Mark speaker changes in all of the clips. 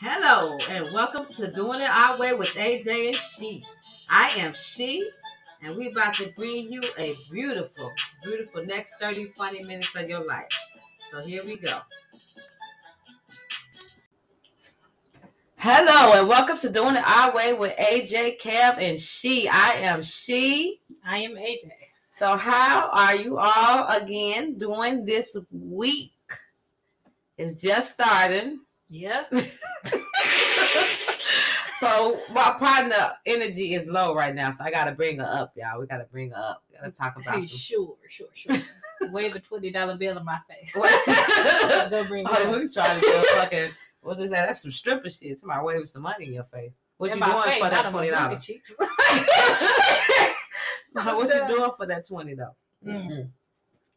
Speaker 1: Hello and welcome to Doing It Our Way with AJ and She. I am She, and we about to bring you a beautiful, beautiful next 30, 20 minutes of your life. So here we go. Hello and welcome to Doing It Our Way with AJ, Kev, and She. I am She.
Speaker 2: I am AJ.
Speaker 1: So how are you all again doing this week? It's just starting.
Speaker 2: Yep.
Speaker 1: So my partner energy is low right now, so I gotta bring her up, y'all. We gotta bring her up. We gotta talk about
Speaker 2: Hey,
Speaker 1: some-
Speaker 2: sure, sure, sure. Wave a twenty dollar bill in my face.
Speaker 1: What?
Speaker 2: Go bring
Speaker 1: oh,
Speaker 2: it.
Speaker 1: we trying to do a fucking what is that? That's some stripper shit. Somebody waving some money in your face. What
Speaker 2: in
Speaker 1: you
Speaker 2: my
Speaker 1: doing
Speaker 2: face,
Speaker 1: for
Speaker 2: not
Speaker 1: that
Speaker 2: on my
Speaker 1: twenty
Speaker 2: booty
Speaker 1: dollars?
Speaker 2: cheeks.
Speaker 1: what you doing for that twenty dollars?
Speaker 2: Mm.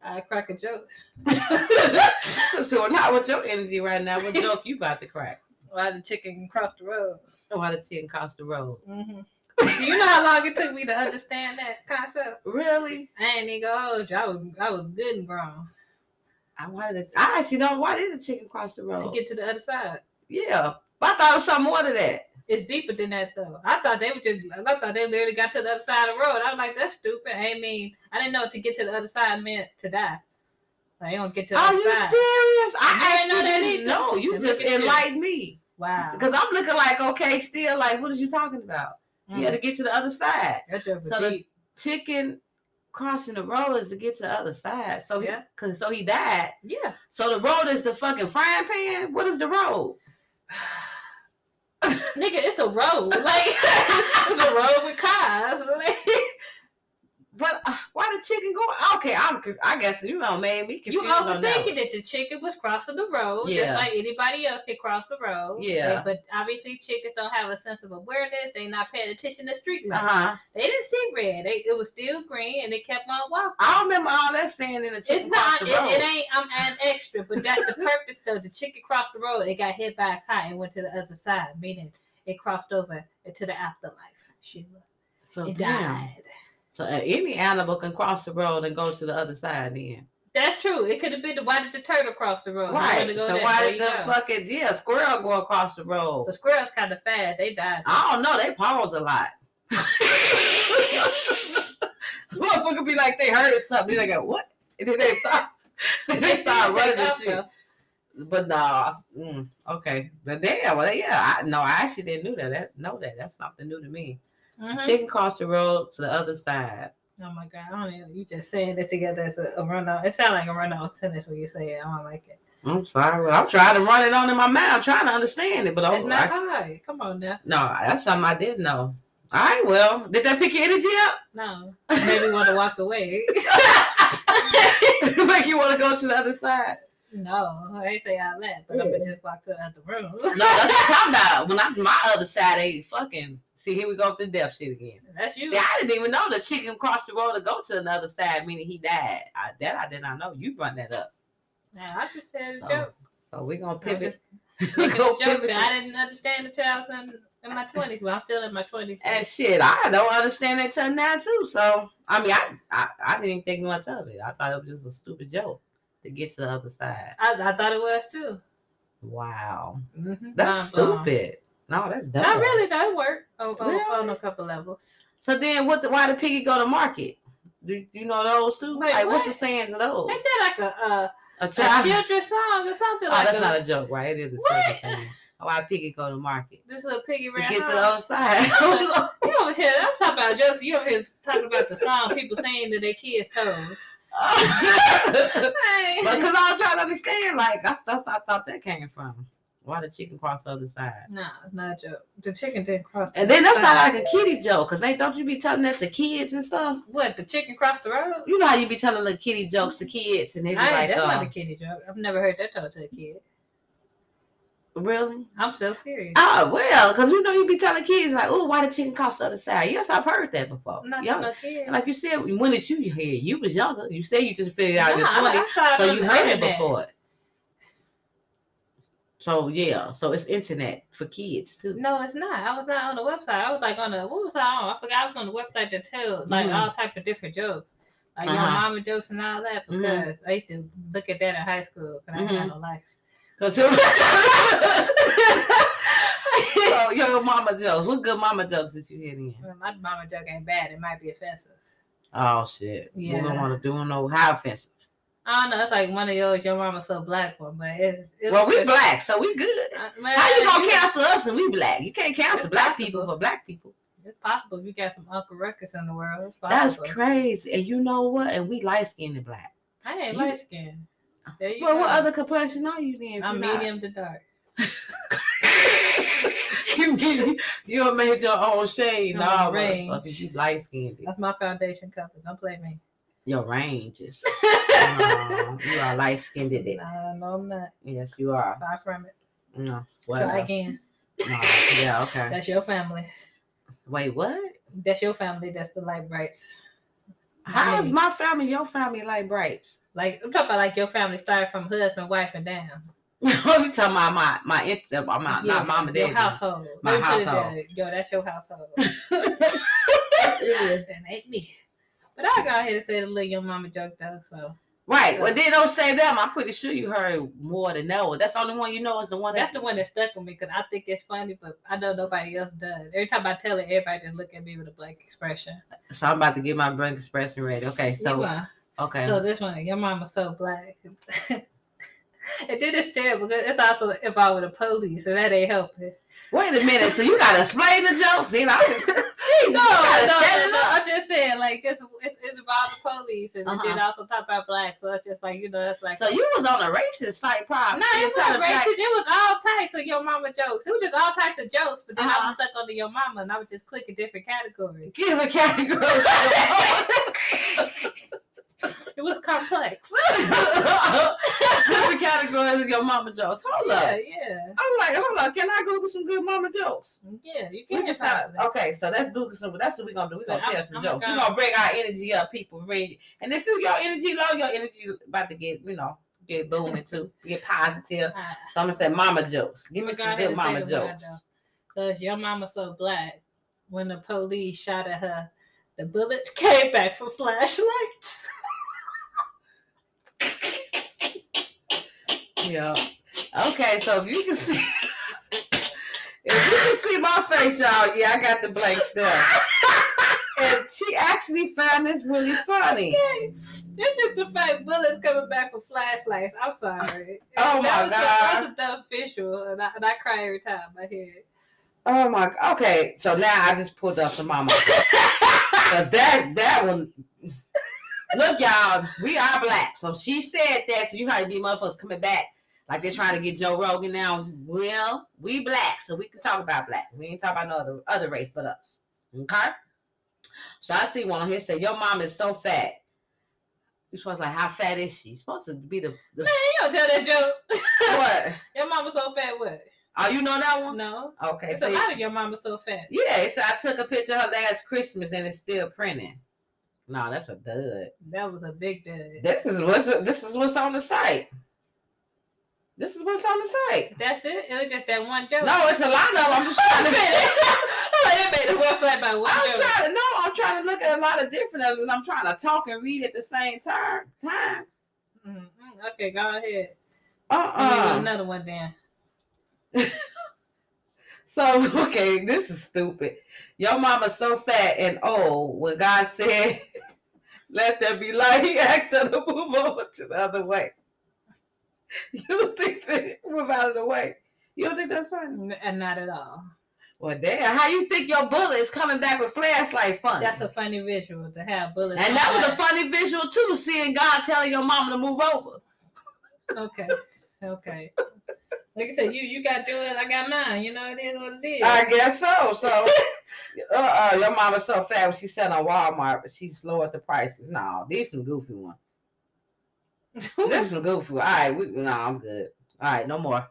Speaker 2: I crack a joke.
Speaker 1: so not with your energy right now. What joke you about to crack?
Speaker 2: Why the chicken crossed the road?
Speaker 1: Why the chicken cross the road?
Speaker 2: hmm Do you know how long it took me to understand that concept?
Speaker 1: Really?
Speaker 2: I ain't even gonna hold you. I was, I was good and grown
Speaker 1: I why did it, I actually don't why did the chicken cross the road?
Speaker 2: to get to the other side.
Speaker 1: yeah. But I thought it was something more to that.
Speaker 2: It's deeper than that though. I thought they would just I thought they literally got to the other side of the road. I was like, that's stupid. I mean I didn't know to get to the other side meant to die. Like they don't get to the
Speaker 1: Are
Speaker 2: other
Speaker 1: you
Speaker 2: side.
Speaker 1: serious? I
Speaker 2: I didn't know
Speaker 1: actually
Speaker 2: that
Speaker 1: didn't
Speaker 2: either.
Speaker 1: know. You
Speaker 2: Look
Speaker 1: just
Speaker 2: at you.
Speaker 1: enlightened me
Speaker 2: Wow.
Speaker 1: because I'm looking like okay, still like what are you talking about? You had to get to the other side.
Speaker 2: Mm. That joke was
Speaker 1: So the-
Speaker 2: deep.
Speaker 1: Mm. Chicken crossing the road is to get to the other side. So yeah,
Speaker 2: Yeah.
Speaker 1: cause so he died.
Speaker 2: yeah.
Speaker 1: So the road is the fucking frying pan. What is the road?
Speaker 2: Nigga, it's a road. Like it's a road with cars.
Speaker 1: But uh, why the chicken go? Okay, I'm. conf- I guess you know made me
Speaker 2: you
Speaker 1: confused. on that
Speaker 2: overthinking it. The chicken was crossing the road,
Speaker 1: Yeah.
Speaker 2: just like anybody else can cross the road.
Speaker 1: Yeah.
Speaker 2: But obviously chickens don't have a sense of awareness. They not paying attention to street
Speaker 1: one.
Speaker 2: lights.
Speaker 1: Uh-huh.
Speaker 2: They didn't see red. They, it was still green and they kept on walking.
Speaker 1: I remember all that saying in the chicken
Speaker 2: It's
Speaker 1: cross
Speaker 2: not.
Speaker 1: the
Speaker 2: It,
Speaker 1: road.
Speaker 2: it ain't. I'm adding extra, but that's the purpose though. The chicken crossed the road. It got hit by a car and went to the other side, meaning it crossed over into the afterlife. She
Speaker 1: so
Speaker 2: it
Speaker 1: Oh, damn.
Speaker 2: died.
Speaker 1: So uh, any animal can cross the road and go to the other side then.
Speaker 2: That's true. It could have been. The, why did the turtle cross the road? You
Speaker 1: Right.
Speaker 2: wanna go
Speaker 1: So
Speaker 2: there,
Speaker 1: why
Speaker 2: there
Speaker 1: did
Speaker 2: you
Speaker 1: the
Speaker 2: go.
Speaker 1: fucking yeah squirrel go across the road?
Speaker 2: The squirrels kind of fast. They died.
Speaker 1: I don't know. They pause a lot. Motherfucker be like they heard something. They go what? And then they stop. Then they
Speaker 2: They
Speaker 1: start
Speaker 2: still
Speaker 1: running
Speaker 2: take
Speaker 1: and
Speaker 2: off,
Speaker 1: shit.
Speaker 2: though.
Speaker 1: But no, I s- mm, okay. But damn, well, yeah, I no, I actually didn't know that. that. Know that that's something new to me.
Speaker 2: Mhm.
Speaker 1: Chicken cross the road to the other side.
Speaker 2: Oh my god! I don't even, you just saying that together as a, a run on. It sounds like a run on sentence when you say it. I don't like it.
Speaker 1: I'm sorry. I'm trying to run it on in my mind. I'm trying to understand it, but
Speaker 2: it's
Speaker 1: Oh, I,
Speaker 2: not high. Come on now.
Speaker 1: No, that's something I did know. All right, well, did that pick your energy
Speaker 2: No, maybe you want to walk away.
Speaker 1: up? Make you want to go to the other side?
Speaker 2: No, I ain't say all that, but I'm gonna just walk to another room.
Speaker 1: No, that's what I'm talking about. When I'm my other side, ain't fucking. See, here we go with the death shit again.
Speaker 2: That's you.
Speaker 1: See, I didn't even know the chicken crossed the road to go to another side, meaning he died. I, that I did not know. You brought that up.
Speaker 2: Nah, I just said a
Speaker 1: So,
Speaker 2: joke.
Speaker 1: so we're gonna pivot.
Speaker 2: Making a
Speaker 1: Go
Speaker 2: joke
Speaker 1: pivot.
Speaker 2: that I didn't understand until I was in, in my twenties. Well, I'm still in my twenties.
Speaker 1: And shit, I don't understand that till now too. So I mean, I, I I didn't think much of it. I thought it was just a stupid joke to get to the other side.
Speaker 2: I, I thought it was too.
Speaker 1: Wow.
Speaker 2: Mm-hmm.
Speaker 1: That's stupid. No, that's dumb.
Speaker 2: Not really. That worked on, on,
Speaker 1: Really?
Speaker 2: on a couple levels.
Speaker 1: So then, what? The, why did piggy go to market? Do do you know those too?
Speaker 2: Wait,
Speaker 1: like, what's the
Speaker 2: what?
Speaker 1: sayings of those?
Speaker 2: Ain't that like a uh,
Speaker 1: A
Speaker 2: a
Speaker 1: child.
Speaker 2: children's song or something
Speaker 1: oh,
Speaker 2: like
Speaker 1: that's
Speaker 2: a,
Speaker 1: not a joke, right? It is a
Speaker 2: What?
Speaker 1: children thing. Why piggy go to market?
Speaker 2: this little piggy
Speaker 1: To
Speaker 2: ran
Speaker 1: get to the
Speaker 2: home.
Speaker 1: other side.
Speaker 2: Oh, You don't hear. I'm talking about jokes. You don't hear talking about the song people saying to their kids' toes.
Speaker 1: Because
Speaker 2: Hey.
Speaker 1: I was trying to understand, like that's that's where I thought that came from. Why did chicken cross the other side?
Speaker 2: No, not a joke. The chicken didn't cross. the
Speaker 1: And then that's not
Speaker 2: side.
Speaker 1: like a kitty joke, cause they don't you be telling that to kids and stuff.
Speaker 2: what the chicken crossed the road.
Speaker 1: You know how you be telling the kitty jokes to kids, and they be
Speaker 2: I,
Speaker 1: like,
Speaker 2: that's not a
Speaker 1: uh,
Speaker 2: kiddie joke. I've never heard that told to a kid.
Speaker 1: "Really?
Speaker 2: I'm so serious.
Speaker 1: Oh well, because you know you be telling kids like, "Oh, why the chicken cost the other side?" Yes, I've heard that before.
Speaker 2: I'm not
Speaker 1: Young-
Speaker 2: telling a kid.
Speaker 1: like you said, when did you hear? it? You was younger. You said you just figured it
Speaker 2: Nah,
Speaker 1: out in your
Speaker 2: I- I
Speaker 1: twenties,
Speaker 2: saw it
Speaker 1: so
Speaker 2: on
Speaker 1: you
Speaker 2: the
Speaker 1: heard it
Speaker 2: internet.
Speaker 1: before. So yeah, so it's internet for kids too.
Speaker 2: No, it's not. I was not on the website. I was like on the what was I on? I forgot I was on the website that tell like
Speaker 1: Mhm.
Speaker 2: all type of different jokes. Like your
Speaker 1: Uh-huh.
Speaker 2: mama jokes and all that
Speaker 1: Mhm.
Speaker 2: because I used to look at that in high school because I
Speaker 1: Mm-hmm.
Speaker 2: had no life.
Speaker 1: 'Cause- so your mama jokes. What good mama jokes did you hit in?
Speaker 2: Well, My mama joke ain't bad. It might be offensive.
Speaker 1: Oh shit. We don't
Speaker 2: Yeah.
Speaker 1: want to do no how offensive.
Speaker 2: I don't know. It's like one of yours. Your mama's so black one, but it's, it's
Speaker 1: Well, we
Speaker 2: just-
Speaker 1: black, so we good.
Speaker 2: Uh, man,
Speaker 1: How you gonna cancel us and we black? You can't cancel
Speaker 2: It's
Speaker 1: black
Speaker 2: possible.
Speaker 1: people for black people.
Speaker 2: It's possible if you got some Uncle Ruckus in the world. It's
Speaker 1: That's
Speaker 2: possible.
Speaker 1: crazy. And you know what? And we light skinned and black.
Speaker 2: I ain't
Speaker 1: You-
Speaker 2: light skinned. There you
Speaker 1: Well,
Speaker 2: go.
Speaker 1: what other complexion are you then? if
Speaker 2: I'm
Speaker 1: you're not?
Speaker 2: medium to dark.
Speaker 1: you mean- you done made your own shade.
Speaker 2: I'm
Speaker 1: No,
Speaker 2: a range.
Speaker 1: range. You light skinned.
Speaker 2: That's my foundation color. Don't play me.
Speaker 1: Your range is. no, you are light skinned. It.
Speaker 2: Nah, no, I'm not.
Speaker 1: Yes, you are.
Speaker 2: Far from it.
Speaker 1: No.
Speaker 2: Try
Speaker 1: Well,
Speaker 2: again.
Speaker 1: no. Yeah. Okay.
Speaker 2: That's your family.
Speaker 1: Wait. What?
Speaker 2: That's your family. That's the light brights.
Speaker 1: How is
Speaker 2: Me.
Speaker 1: my family your family light brights?
Speaker 2: Like I'm talking about, like your family started from husband, wife, and down.
Speaker 1: you talking about my my int- uh, my, my
Speaker 2: Yeah,
Speaker 1: not mom and
Speaker 2: Your
Speaker 1: dad.
Speaker 2: household.
Speaker 1: My
Speaker 2: Let me put it
Speaker 1: household.
Speaker 2: that- Yo, that's your household. and ain't me. But I got here to say the little young mama joke though. So
Speaker 1: Right. Well, then don't say them. I'm pretty sure you heard more than that one. That's the only one you know is the one
Speaker 2: that's the one that stuck with me because I think it's funny, but I know nobody else does. Every time I tell it, everybody just look at me with a blank expression.
Speaker 1: So I'm about to get my brain expression ready. Okay.
Speaker 2: You
Speaker 1: So um,
Speaker 2: are.
Speaker 1: okay.
Speaker 2: so this one, your mama's so black. and then it's terrible because it's also involved with the police, and that ain't helping.
Speaker 1: Wait a minute. So you gotta explain the jokes, then I Jeez, you
Speaker 2: No,
Speaker 1: gotta
Speaker 2: no,
Speaker 1: set
Speaker 2: no,
Speaker 1: it
Speaker 2: no,
Speaker 1: up.
Speaker 2: I'm just saying, like, it's, it's, it's about the police, and it then also talk about black, so it's just like, you know, it's like.
Speaker 1: Uh-huh. So you was on a racist site,
Speaker 2: No,
Speaker 1: probably.
Speaker 2: it
Speaker 1: Trying
Speaker 2: wasn't
Speaker 1: to
Speaker 2: racist.
Speaker 1: black-
Speaker 2: It was all types of your mama jokes. It was just all types of jokes, but then I
Speaker 1: Uh-huh.
Speaker 2: was stuck under your mama, and I was just clicking different categories.
Speaker 1: Give a category. Give
Speaker 2: It was complex.
Speaker 1: a category of your mama jokes. Hold
Speaker 2: yeah,
Speaker 1: up.
Speaker 2: yeah,
Speaker 1: I'm like, hold up. Can I Google some good mama jokes?
Speaker 2: yeah. You
Speaker 1: We
Speaker 2: can
Speaker 1: can
Speaker 2: decide.
Speaker 1: start- okay, so that's Google some. That's what we're gonna do. We're gonna
Speaker 2: But I'm-
Speaker 1: tell some
Speaker 2: I'm
Speaker 1: jokes. We're
Speaker 2: gonna-
Speaker 1: gonna bring our energy up, people. Bring and if you your energy low, your energy about to get, you know, get booming too, get positive.
Speaker 2: Uh,
Speaker 1: So I'm gonna say mama jokes. Give me
Speaker 2: But
Speaker 1: some
Speaker 2: God had
Speaker 1: good
Speaker 2: to say
Speaker 1: mama
Speaker 2: the word,
Speaker 1: jokes.
Speaker 2: though. Cause your mama so black. When the police shot at her, the bullets came back for flashlights.
Speaker 1: Yeah. Okay, so if you can see if you can see my face, y'all, yeah, I got the blank stuff. and she actually found this really funny.
Speaker 2: Okay. That's just the fact bullets coming back for flashlights. I'm sorry.
Speaker 1: Oh, my
Speaker 2: that
Speaker 1: God.
Speaker 2: was, That was the official, and I, and I cry every time I hear it.
Speaker 1: Oh my okay. So now I just pulled up some mama. jokes. so that that one Look, y'all, we are black. So she said that, so you gotta be motherfuckers coming back. Like they're trying to get Joe Rogan now. Well, we black, so we can talk about black. We ain't talk about no other other race but us. Okay? So I see one on here say, Your mom is so fat. You supposed to like, how fat is she? you supposed to be the, the
Speaker 2: Man, you don't tell that joke.
Speaker 1: what?
Speaker 2: Your mama so fat. What?
Speaker 1: Oh, you know that one?
Speaker 2: No,
Speaker 1: Okay.
Speaker 2: it's a
Speaker 1: see?
Speaker 2: lot of your mama so fat.
Speaker 1: Yeah, it's, I took a picture of her last Christmas and it's still printing. No, that's a dud.
Speaker 2: That was a big dud.
Speaker 1: This is what's this is what's on the site. This is what's on the site.
Speaker 2: That's it. It was just that one joke.
Speaker 1: No, it's a lot of. I'm just trying to.
Speaker 2: I made the website by one
Speaker 1: I'm
Speaker 2: joke.
Speaker 1: trying to no. I'm trying to look at a lot of different others. I'm trying to talk and read at the same time. Time.
Speaker 2: Mm, mm, okay, go ahead. Let me do
Speaker 1: Uh uh
Speaker 2: another one then.
Speaker 1: So okay, this is stupid. Your mama's so fat and old. When God said, "Let there be light," He asked her to move over to the other way. You think that move out of the way? You don't think that's funny?
Speaker 2: N- And not at all.
Speaker 1: Well, damn, how you think your bullet is coming back with flashlight fun?
Speaker 2: That's a funny visual to have bullets.
Speaker 1: and that was a funny visual too, seeing God telling your mama to move over.
Speaker 2: fun. Okay, okay. Like I said, you you got yours. I got mine. You know it is what it is.
Speaker 1: I guess so. So, uh, uh your mama's so fat when she said on Walmart, but she's lowered the prices. No, these some goofy one. This some goofy. All right, we, no, I'm good. All right, no more.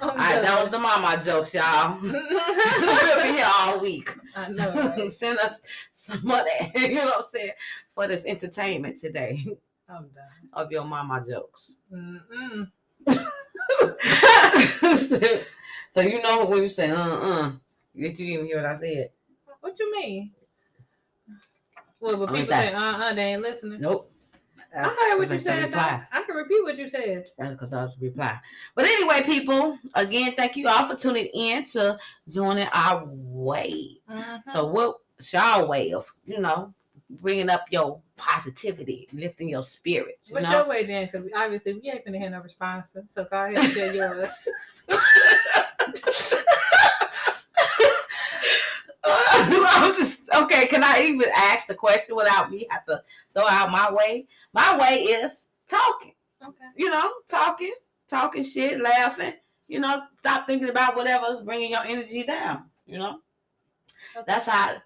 Speaker 1: All right, that was the mama jokes, y'all. we'll be here all week.
Speaker 2: I know. Right?
Speaker 1: Send us some money. you know what I'm saying for this entertainment today
Speaker 2: I'm done.
Speaker 1: of your mama jokes.
Speaker 2: Mm-mm.
Speaker 1: so you know when you say uh uh, did you even hear what I said?
Speaker 2: What you mean? Well, but
Speaker 1: I'm
Speaker 2: people
Speaker 1: sorry.
Speaker 2: say, uh uh they ain't listening.
Speaker 1: Nope.
Speaker 2: I heard what you
Speaker 1: That's a
Speaker 2: said, though.
Speaker 1: reply.
Speaker 2: I can repeat what you said.
Speaker 1: That's because I was a reply. But anyway, people, again, thank you all for tuning in to joining our way.
Speaker 2: Uh-huh.
Speaker 1: So what it's y'all way of you know bringing up your positivity, lifting your spirits. You
Speaker 2: What's
Speaker 1: know?
Speaker 2: your way then? Because obviously we ain't gonna hear no response. So go ahead and tell yours.
Speaker 1: I'm just okay. Can I even ask the question without me have to throw out my way? My way is talking.
Speaker 2: Okay.
Speaker 1: You know, talking, talking shit, laughing. You know, stop thinking about whatever's bringing your energy down. You know, that's how.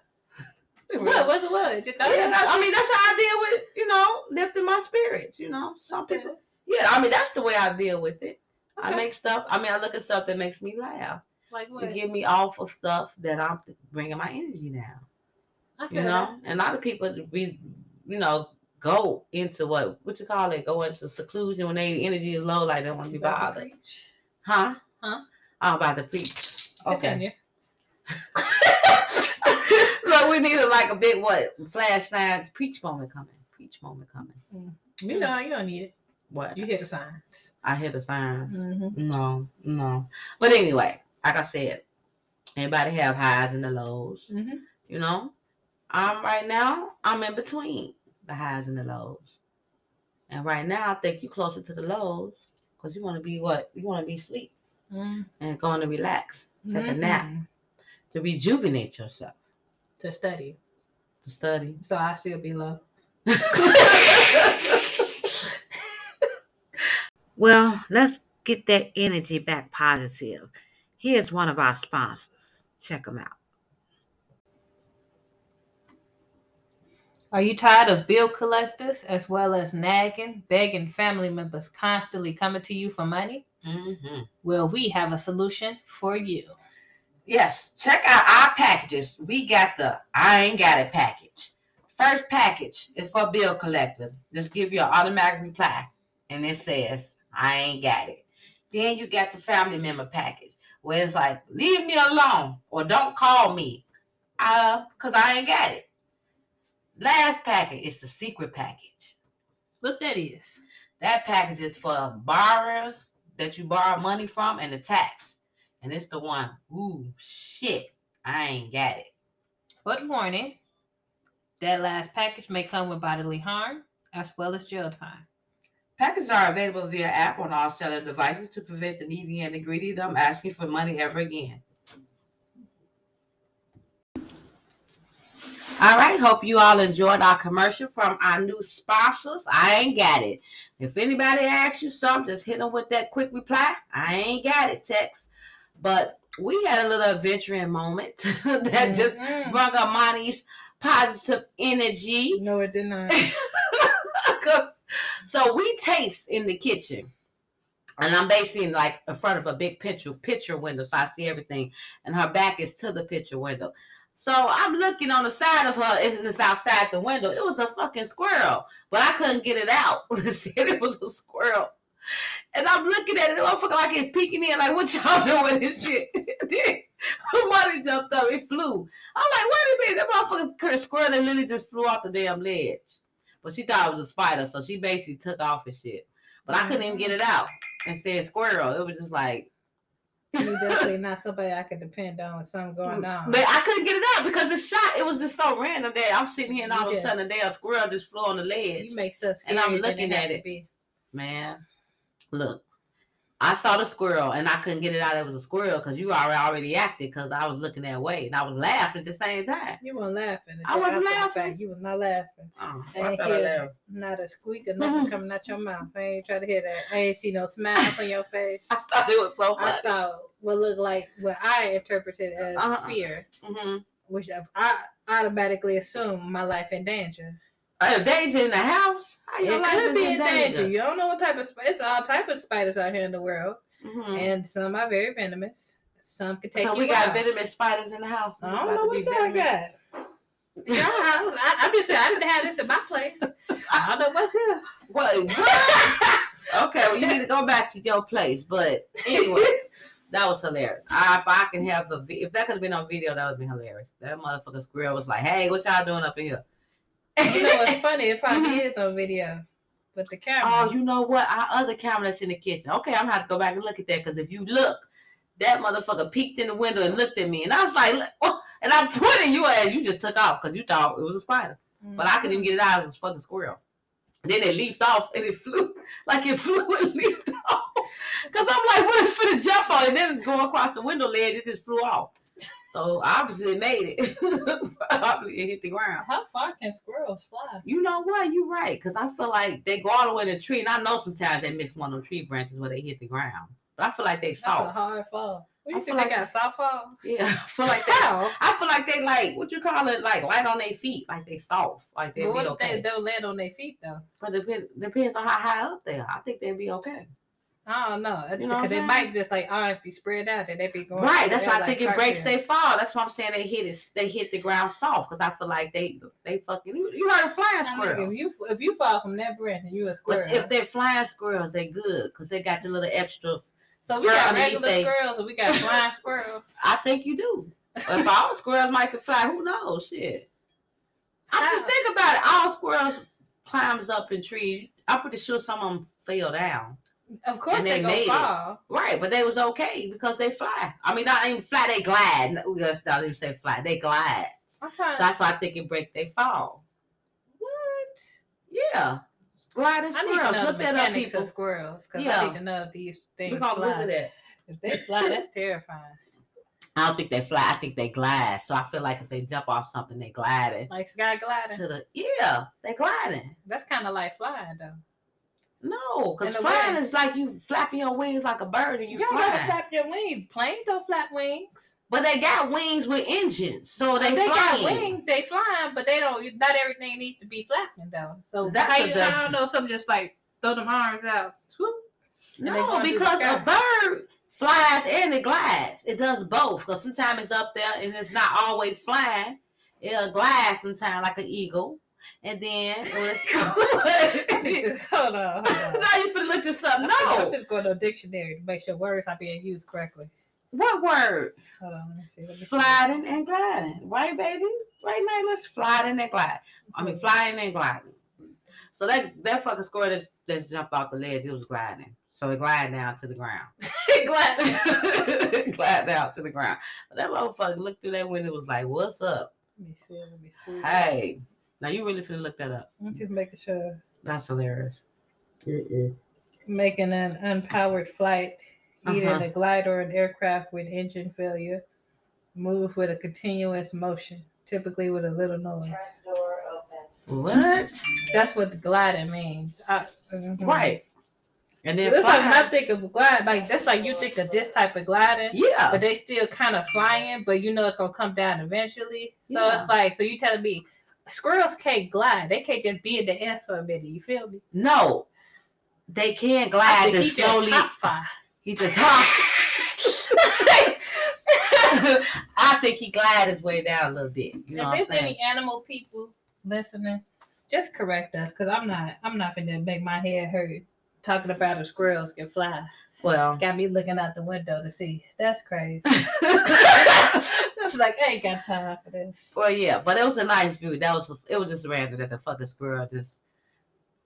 Speaker 2: What? What's it? What? Just go
Speaker 1: Yeah,
Speaker 2: ahead.
Speaker 1: that- I mean, that's how I deal with, you know, lifting my spirits, you know. Some people, yeah, I mean, that's the way I deal with it. I
Speaker 2: Okay.
Speaker 1: make stuff, I mean, I look at stuff that makes me laugh
Speaker 2: Like
Speaker 1: to
Speaker 2: what?
Speaker 1: get me off of stuff that I'm bringing my energy down,
Speaker 2: I
Speaker 1: you
Speaker 2: feel
Speaker 1: know. And a lot of people, we, you know, go into what, what you call it, go into seclusion when their energy is low, like they want
Speaker 2: that.
Speaker 1: to be
Speaker 2: You about to
Speaker 1: bothered.
Speaker 2: preach.
Speaker 1: Huh?
Speaker 2: Huh?
Speaker 1: I'm about to preach. Okay.
Speaker 2: Continue.
Speaker 1: Look, we needed like a big what flash signs, preach moment coming, preach moment coming.
Speaker 2: You know you don't need it.
Speaker 1: What?
Speaker 2: You hear the signs.
Speaker 1: I hear the signs.
Speaker 2: Mm-hmm.
Speaker 1: No, no. But anyway, like I said, everybody have highs and the lows.
Speaker 2: Mm-hmm.
Speaker 1: You know, I'm right now. I'm in between the highs and the lows. And right now, I think you closer to the lows because you want to be what you want to be sleep
Speaker 2: Mm-hmm.
Speaker 1: and going to relax, take a nap
Speaker 2: Mhm.
Speaker 1: to rejuvenate yourself
Speaker 2: to study.
Speaker 1: to study.
Speaker 2: So I still be low.
Speaker 1: well, let's get that energy back positive. Here's one of our sponsors. Check them out.
Speaker 2: Are you tired of bill collectors as well as nagging, begging family members constantly coming to you for money?
Speaker 1: Mm-hmm.
Speaker 2: Well, we have a solution for you.
Speaker 1: Yes, check out our packages. We got the I ain't got it package. First package is for bill collector. Just give you an automatic reply, and it says I ain't got it. Then you got the family member package, where it's like leave me alone or don't call me, uh, cause I ain't got it. Last packet is the secret package.
Speaker 2: What that is.
Speaker 1: That package is for borrowers that you borrow money from and the tax. And it's the one, ooh, shit, I ain't got it.
Speaker 2: But warning that last package may come with bodily harm as well as jail time.
Speaker 1: Packages are available via app on all cellular devices to prevent the needy and the greedy them asking for money ever again. All right, hope you all enjoyed our commercial from our new sponsors. I ain't got it. If anybody asks you something, just hit them with that quick reply. I ain't got it, text. But we had a little adventuring moment
Speaker 2: Mm-hmm.
Speaker 1: that just brought Armani's positive energy.
Speaker 2: No, it did not.
Speaker 1: 'Cause- so we tapes in the kitchen. And I'm basically like in front of a big picture picture window, so I see everything. And her back is to the picture window. So I'm looking on the side of her. It's it's outside the window. It was a fucking squirrel, but I couldn't get it out. It said it was a squirrel. And I'm looking at it, the motherfucker like it's peeking in, like what y'all doing this shit. then money jumped up, it flew. I'm like, wait a minute, that motherfucker squirrel that literally just flew off the damn ledge. But she thought it was a spider, so she basically took off and shit. But I couldn't even get it out and said squirrel. It was just like,
Speaker 2: you definitely not somebody I could depend on with something going on.
Speaker 1: but I couldn't get it out because it shot. It was just so random that I'm sitting here and all of a
Speaker 2: Yeah.
Speaker 1: sudden a damn squirrel just flew on the ledge.
Speaker 2: you make stuff
Speaker 1: And
Speaker 2: scary.
Speaker 1: I'm looking at it.
Speaker 2: Be.
Speaker 1: Man, look, I saw the squirrel and I couldn't get it out. It was a squirrel because you already already acted because I was looking that way and I was laughing at the same time.
Speaker 2: You weren't laughing.
Speaker 1: I wasn't
Speaker 2: After the
Speaker 1: laughing.
Speaker 2: fact, You was not laughing.
Speaker 1: Oh,
Speaker 2: I ain't
Speaker 1: thought I
Speaker 2: hear
Speaker 1: laughed.
Speaker 2: Not a squeak or nothing
Speaker 1: Mhm.
Speaker 2: coming out your mouth. I ain't try to hear that. I ain't see no smiles on your face.
Speaker 1: Oh, I thought it was so
Speaker 2: I
Speaker 1: funny.
Speaker 2: saw what looked like what I interpreted as
Speaker 1: Uh-uh.
Speaker 2: fear,
Speaker 1: Mm-hmm.
Speaker 2: which I- I automatically assumed my life in danger.
Speaker 1: Uh, danger in the house. How your
Speaker 2: it
Speaker 1: life
Speaker 2: could
Speaker 1: is
Speaker 2: be in danger. You don't know what type of sp- it's all type of spiders out here in the world,
Speaker 1: Mhm.
Speaker 2: and some are very venomous. Some can take
Speaker 1: so
Speaker 2: you
Speaker 1: we got
Speaker 2: out.
Speaker 1: venomous spiders in the house.
Speaker 2: I don't know what y'all got. Y'all
Speaker 1: got.
Speaker 2: house. I, I'm just saying I didn't have this in my place. I don't know what's here.
Speaker 1: What? Okay, well, you need to go back to your place. But anyway, that was hilarious. I, if I can have the, vi- if that could have been on video, that would have been hilarious. That motherfucker squirrel was like, "Hey, what y'all doing up in here?"
Speaker 2: You know what's funny? It probably is on video, but the camera.
Speaker 1: oh, you know what? Our other camera that's in the kitchen. Okay, I'm gonna have to go back and look at that because if you look, that motherfucker peeked in the window and looked at me, and I was like, "Look," oh, and I pointed you at you just took off because you thought it was a spider.
Speaker 2: Mm-hmm.
Speaker 1: But I couldn't even get it out. It was a fucking squirrel. And then it leaped off and it flew like it flew and leaped off. Cause I'm like, what is for the jump on? And then going across the window lid, it just flew off. So obviously it made it. Probably it hit the ground.
Speaker 2: How far can squirrels fly?
Speaker 1: You know what? You're right. Cause I feel like they go all the way to the tree, and I know sometimes they miss one of them tree branches where they hit the ground. But I feel like they
Speaker 2: That's a
Speaker 1: soft.
Speaker 2: hard fall. What do
Speaker 1: I
Speaker 2: you think
Speaker 1: feel
Speaker 2: they got? Soft falls?
Speaker 1: Yeah, I feel like that.
Speaker 2: How?
Speaker 1: I feel like they like what you call it, like light on their feet, like they soft, like they
Speaker 2: But
Speaker 1: be
Speaker 2: what if
Speaker 1: okay.
Speaker 2: they don't land on their feet though?
Speaker 1: But depend, depends on how high up they are. I think they'd be okay.
Speaker 2: I don't
Speaker 1: You know
Speaker 2: know.
Speaker 1: what I'm
Speaker 2: Because they
Speaker 1: saying?
Speaker 2: might just like arms be spread out and they be going.
Speaker 1: right. That's why
Speaker 2: like
Speaker 1: I think it breaks their
Speaker 2: cartoons.
Speaker 1: fall. That's why I'm saying they hit it. They hit the ground soft because I feel like they they fucking. You, you heard of flying
Speaker 2: I mean,
Speaker 1: squirrels?
Speaker 2: If you if you fall from that branch and you a squirrel,
Speaker 1: But if they're flying squirrels, they good because they got the little extra.
Speaker 2: so we
Speaker 1: squirrel
Speaker 2: got
Speaker 1: underneath
Speaker 2: regular
Speaker 1: they-
Speaker 2: squirrels and we got flying squirrels.
Speaker 1: I think you do. if all squirrels might could fly, who knows? Shit. I'm just
Speaker 2: How?
Speaker 1: think about it. All squirrels climbs up in trees. I'm pretty sure some of them fell down.
Speaker 2: Of course
Speaker 1: And
Speaker 2: they,
Speaker 1: they
Speaker 2: gonna
Speaker 1: made it.
Speaker 2: fall.
Speaker 1: Right, but they was okay because they fly. I mean, not even fly, they glide. No, We just not even say fly, they glide.
Speaker 2: I'm trying
Speaker 1: So that's why I think it break, they fall.
Speaker 2: what?
Speaker 1: Yeah, gliding
Speaker 2: I need to
Speaker 1: squirrels.
Speaker 2: know
Speaker 1: Look
Speaker 2: the
Speaker 1: that up,
Speaker 2: mechanics
Speaker 1: people.
Speaker 2: of squirrels because
Speaker 1: Yeah.
Speaker 2: I need to know if these things
Speaker 1: We're gonna
Speaker 2: fly.
Speaker 1: look at that.
Speaker 2: If they fly, that's terrifying.
Speaker 1: I don't think they fly. I think they glide. So I feel like if they jump off something, they gliding
Speaker 2: Like sky gliding,
Speaker 1: to the yeah, they gliding.
Speaker 2: that's kind of like flying though.
Speaker 1: No, because
Speaker 2: In a
Speaker 1: flying
Speaker 2: way.
Speaker 1: is like you flapping your wings like a bird and you
Speaker 2: You don't
Speaker 1: flying.
Speaker 2: ever flap your wings. Planes don't flap wings.
Speaker 1: But they got wings with engines, so they,
Speaker 2: they got
Speaker 1: flying.
Speaker 2: wings. They flying, but they don't. Not everything needs to be flapping though. So
Speaker 1: That's
Speaker 2: how
Speaker 1: a
Speaker 2: you,
Speaker 1: dub-
Speaker 2: I don't know. Some just like throw them arms out. Swoop. and they
Speaker 1: No,
Speaker 2: going through the
Speaker 1: because a bird flies and it glides. It does both. Because sometimes it's up there and it's not always flying. It'll glide sometimes like an eagle. And then
Speaker 2: I need
Speaker 1: it's
Speaker 2: to- hold on. Hold on.
Speaker 1: now you finna look this up.
Speaker 2: I'm
Speaker 1: No.
Speaker 2: just going to a dictionary to make sure words are being used correctly.
Speaker 1: What word?
Speaker 2: Hold on, let me see. Let me see.
Speaker 1: Flying and gliding. Right, babies? Right now, let's flying and glide. I mean, flying and gliding. So that that fucking squirrel that's, that's jumped off the ledge, it was gliding. So it glided down to the ground.
Speaker 2: Glad-
Speaker 1: glide down to the ground. But that motherfucker looked through that window and was like, What's up?
Speaker 2: Let me see. Let me see.
Speaker 1: Hey. Now you really finna look that up.
Speaker 2: I'm just making sure.
Speaker 1: That's hilarious.
Speaker 2: Making an unpowered flight, either in
Speaker 1: Uh-huh.
Speaker 2: a glide or an aircraft with engine failure, move with a continuous motion, typically with a little noise.
Speaker 1: What?
Speaker 2: That's what the gliding means. I, mhm.
Speaker 1: Right. And then
Speaker 2: That's like when I
Speaker 1: fly.
Speaker 2: think of glide, like that's like you think of this type of gliding,
Speaker 1: Yeah.
Speaker 2: but they still kind of flying, but you know it's gonna come down eventually. So
Speaker 1: Yeah.
Speaker 2: it's like, so you telling me squirrels can't glide? They can't just be in the air for a minute. You feel me?
Speaker 1: No. They can glide and slowly.
Speaker 2: Just hop fly.
Speaker 1: he just hop. I think he glided his way down a little bit. You know
Speaker 2: if
Speaker 1: what I'm
Speaker 2: there's
Speaker 1: saying?
Speaker 2: any animal people listening, just correct us, cause I'm not, I'm not finna make my head hurt talking about if squirrels can fly.
Speaker 1: Well.
Speaker 2: Got me looking out the window to see. That's crazy.
Speaker 1: well,
Speaker 2: That's like I ain't got time for this.
Speaker 1: yeah, but it was a nice view. That was it was just random that the fucking squirrel just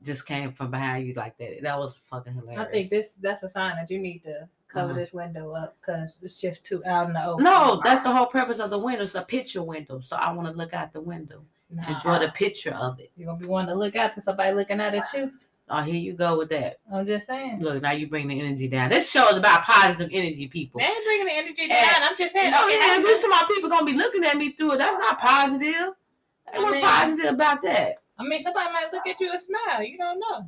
Speaker 1: just came from behind you like that. That was fucking hilarious.
Speaker 2: I think this that's a sign that you need to cover
Speaker 1: Uh-huh.
Speaker 2: this window up because it's just too out in the open.
Speaker 1: no, that's the whole purpose of the window. It's a picture window, so I want to look out the window
Speaker 2: Nah.
Speaker 1: and draw
Speaker 2: Uh-huh.
Speaker 1: the picture of it.
Speaker 2: You're gonna be wanting to look out to somebody looking out at you.
Speaker 1: Oh, here you go with that.
Speaker 2: I'm just saying.
Speaker 1: Look, now you bring the energy down. This show is about positive energy, people.
Speaker 2: They ain't bringing the energy down.
Speaker 1: Yeah.
Speaker 2: I'm just saying.
Speaker 1: No,
Speaker 2: okay,
Speaker 1: yeah,
Speaker 2: I-
Speaker 1: if you some of my people gonna be looking at me through it, that's not positive.
Speaker 2: I
Speaker 1: What's
Speaker 2: mean-
Speaker 1: positive about that?
Speaker 2: I mean, somebody might look at you and smile. You don't know.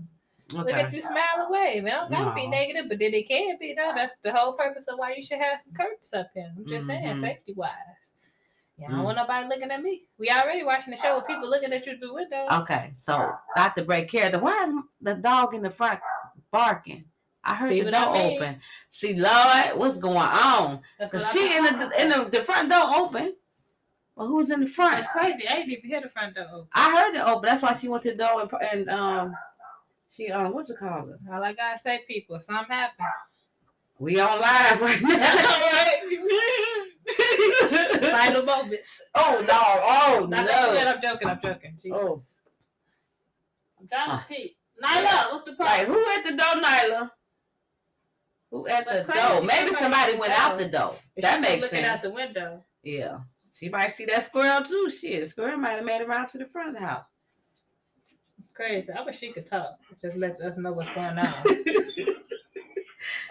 Speaker 2: Look at
Speaker 1: Okay.
Speaker 2: you, smile away. It don't gotta be
Speaker 1: No.
Speaker 2: negative, but then it can be. No, that's the whole purpose of why you should have some curtains up here. I'm just saying,
Speaker 1: Mhm.
Speaker 2: safety wise. Yeah, I
Speaker 1: Mm.
Speaker 2: don't want nobody looking at me. We already watching the show with people looking at you through windows.
Speaker 1: Okay, so Dr. Break character. Why is the dog in the front barking? I heard
Speaker 2: See
Speaker 1: the
Speaker 2: what I
Speaker 1: door
Speaker 2: mean?
Speaker 1: open. See, Lord, what's going on?
Speaker 2: That's what
Speaker 1: Cause
Speaker 2: I'm
Speaker 1: she in
Speaker 2: talking
Speaker 1: the
Speaker 2: about.
Speaker 1: in the, the front door open, but who's in the front?
Speaker 2: It's crazy. I didn't even hear the front door. open.
Speaker 1: I heard it open. That's why she went to the door and, and um She um, what's it called?
Speaker 2: All I gotta say, people, something happened.
Speaker 1: We on live right now.
Speaker 2: Final moments.
Speaker 1: oh no! Oh
Speaker 2: Not that good,
Speaker 1: no!
Speaker 2: I'm joking. I'm joking. Jesus.
Speaker 1: Oh.
Speaker 2: I'm trying
Speaker 1: Huh.
Speaker 2: to peek. Nyla, what's the
Speaker 1: Like
Speaker 2: problem?
Speaker 1: who at the door, Nyla? Who at the
Speaker 2: That's crazy.
Speaker 1: door? Maybe
Speaker 2: Somebody
Speaker 1: somebody went out the
Speaker 2: at
Speaker 1: door.
Speaker 2: If
Speaker 1: That
Speaker 2: she was
Speaker 1: makes
Speaker 2: looking
Speaker 1: sense.
Speaker 2: out the window.
Speaker 1: Yeah. She might see that squirrel too. Shit, the squirrel might have made it around to the front of the house.
Speaker 2: It's crazy. I wish she could talk. Just let us know what's going on.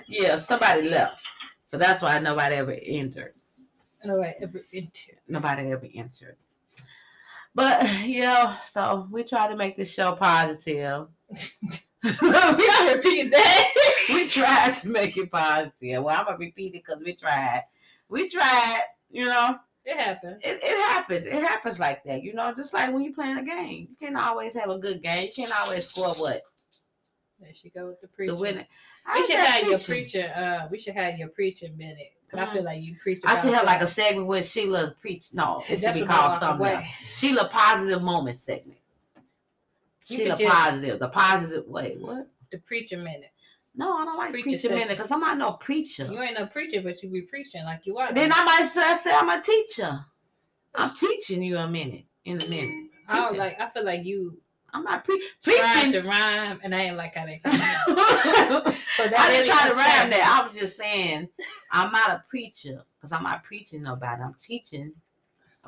Speaker 1: Yeah, somebody left. So that's why nobody ever entered.
Speaker 2: no way. Every interior.
Speaker 1: Nobody ever entered. But yeah, so we try to make this show positive.
Speaker 2: You gotta repeat that.
Speaker 1: we tried to make it positive. Well, I'm gonna repeat it because we tried. We tried, you know.
Speaker 2: It happened.
Speaker 1: it, it happens. It happens like that. You know, just like when you're playing a game. You can't always have a good game. You can't always score what?
Speaker 2: There she go with the
Speaker 1: The
Speaker 2: preacher.
Speaker 1: winning.
Speaker 2: we
Speaker 1: I
Speaker 2: should
Speaker 1: ain't
Speaker 2: have your
Speaker 1: preaching.
Speaker 2: preacher. Uh, we should have your preacher minute. Cause I feel like you preach.
Speaker 1: I should
Speaker 2: about
Speaker 1: have like a
Speaker 2: something.
Speaker 1: segment where Sheila preach. No, it should
Speaker 2: That's
Speaker 1: be
Speaker 2: what I
Speaker 1: called
Speaker 2: walk
Speaker 1: something.
Speaker 2: away.
Speaker 1: else. Sheila positive moment segment.
Speaker 2: You
Speaker 1: Sheila
Speaker 2: could just-
Speaker 1: positive. The positive. Wait, what?
Speaker 2: The preacher minute.
Speaker 1: No, I don't like
Speaker 2: Preacher
Speaker 1: preacher,
Speaker 2: segment.
Speaker 1: minute because I'm not no preacher.
Speaker 2: You ain't no preacher, but you be preaching like you are.
Speaker 1: Then I might as well say I'm a teacher. I'm teaching you a minute in a minute.
Speaker 2: I don't
Speaker 1: teaching.
Speaker 2: like. I feel like you
Speaker 1: I'm not pre-
Speaker 2: tried
Speaker 1: preaching.
Speaker 2: to rhyme, and I ain't like how they. So that
Speaker 1: I didn't
Speaker 2: really
Speaker 1: try to
Speaker 2: upset
Speaker 1: rhyme
Speaker 2: me.
Speaker 1: that. I was just saying I'm not a preacher because I'm not preaching nobody. I'm teaching.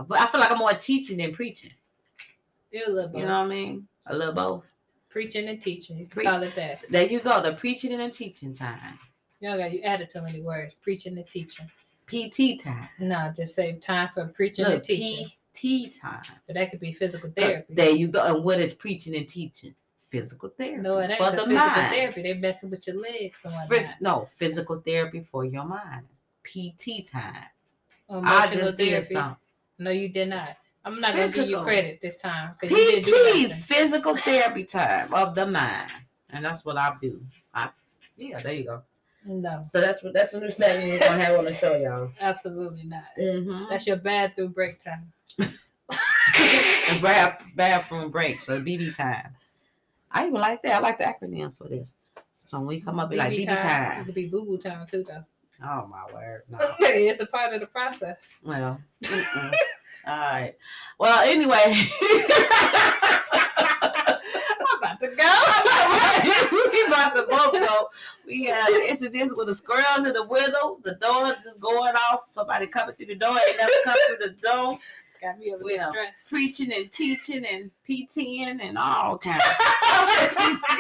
Speaker 1: But I feel like I'm more teaching than preaching.
Speaker 2: You're a little bit
Speaker 1: You know what I mean? A little both.
Speaker 2: preaching and teaching. You can
Speaker 1: Preach.
Speaker 2: call it that.
Speaker 1: There you go. The preaching and the teaching time.
Speaker 2: You don't got you added too many words. Preaching and teaching.
Speaker 1: PT time.
Speaker 2: No, just save time for preaching and
Speaker 1: Look,
Speaker 2: teaching.
Speaker 1: PT time.
Speaker 2: But that could be physical
Speaker 1: Look,
Speaker 2: therapy.
Speaker 1: There you go. And what is preaching and teaching? Physical therapy.
Speaker 2: no, it ain't
Speaker 1: for
Speaker 2: the
Speaker 1: the
Speaker 2: physical
Speaker 1: mind.
Speaker 2: therapy. They messing with your legs and whatnot.
Speaker 1: Phys- no, physical therapy for your mind. PT time. I
Speaker 2: Emotional
Speaker 1: just did
Speaker 2: therapy.
Speaker 1: something.
Speaker 2: No, you did not. I'm not gonna give you
Speaker 1: Physical.
Speaker 2: credit this time because you didn't do
Speaker 1: PT,
Speaker 2: nothing.
Speaker 1: physical therapy time of the mind, and that's what I do. I, yeah, there you go.
Speaker 2: No,
Speaker 1: So that's what that's the new segment we're gonna have on the show, y'all.
Speaker 2: absolutely not.
Speaker 1: Mm-hmm.
Speaker 2: That's your bathroom break time.
Speaker 1: and bath, bathroom break, so BB time. I even like that. I like the acronyms for this. So when we come up, be like BB
Speaker 2: It
Speaker 1: time.
Speaker 2: could be boo boo time too, though.
Speaker 1: Oh my word! No.
Speaker 2: it's a part of the process.
Speaker 1: Well, mm-mm. all right. Well, anyway.
Speaker 2: I'm about to
Speaker 1: go.
Speaker 2: go.
Speaker 1: we about to both go. We had an incident with the squirrels in the window, the door just going off, somebody coming through the door, ain't never come through the door,
Speaker 2: Got me a little
Speaker 1: Yeah.
Speaker 2: stressed.
Speaker 1: preaching and teaching and PTing and all kinds.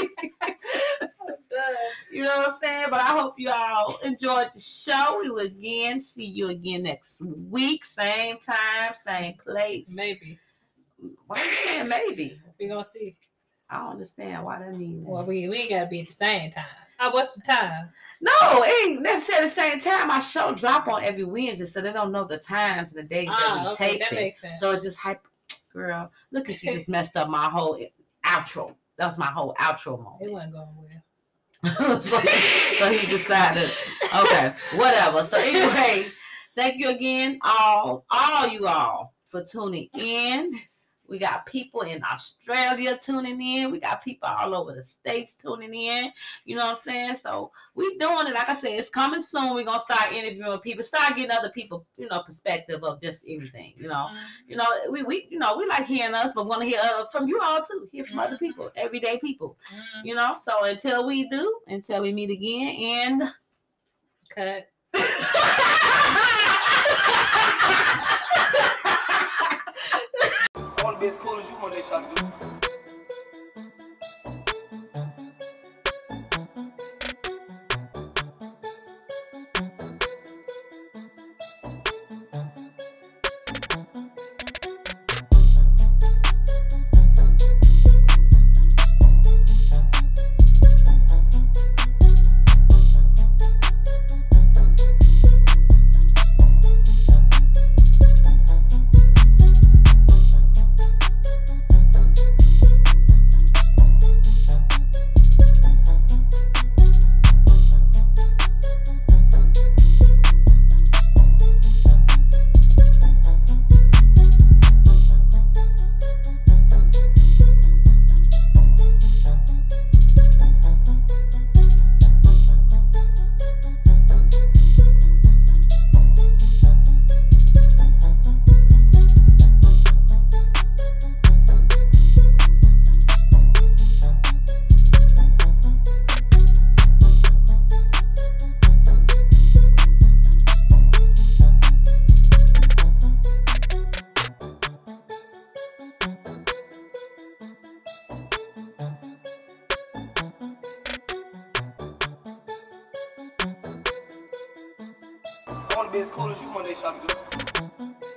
Speaker 2: I'm done.
Speaker 1: you know what I'm saying? But I hope you all enjoyed the show. We will again see you again next week, same time, same place.
Speaker 2: Maybe
Speaker 1: Why you saying maybe?
Speaker 2: we gonna see.
Speaker 1: I don't understand why that means.
Speaker 2: Well, we we ain't gotta be at the same time. Oh, what's the time?
Speaker 1: No, it ain't necessarily the same time. My show drop on every Wednesday, so they don't know the times and the days
Speaker 2: Ah,
Speaker 1: that we
Speaker 2: okay,
Speaker 1: tape
Speaker 2: that
Speaker 1: it.
Speaker 2: makes sense.
Speaker 1: So it's just hype, girl. Look at you just messed up my whole outro. That was my whole outro
Speaker 2: It
Speaker 1: moment.
Speaker 2: wasn't going well.
Speaker 1: so, so he decided, okay, whatever. So anyway, thank you again, all, all you all, for tuning in. We got people in Australia tuning in. We got people all over the states tuning in. You know what I'm saying? So we doing it. Like I said, it's coming soon. We're gonna start interviewing people, start getting other people, you know, perspective of just anything. You know, you know, we we you know we like hearing us, but want to hear uh, from you all too. Hear from other people, everyday people.
Speaker 2: Mm,
Speaker 1: You know. So until we do, until we meet again, and.
Speaker 2: Cut.
Speaker 3: I wanna be as cool as you one day, trying to do. try to do.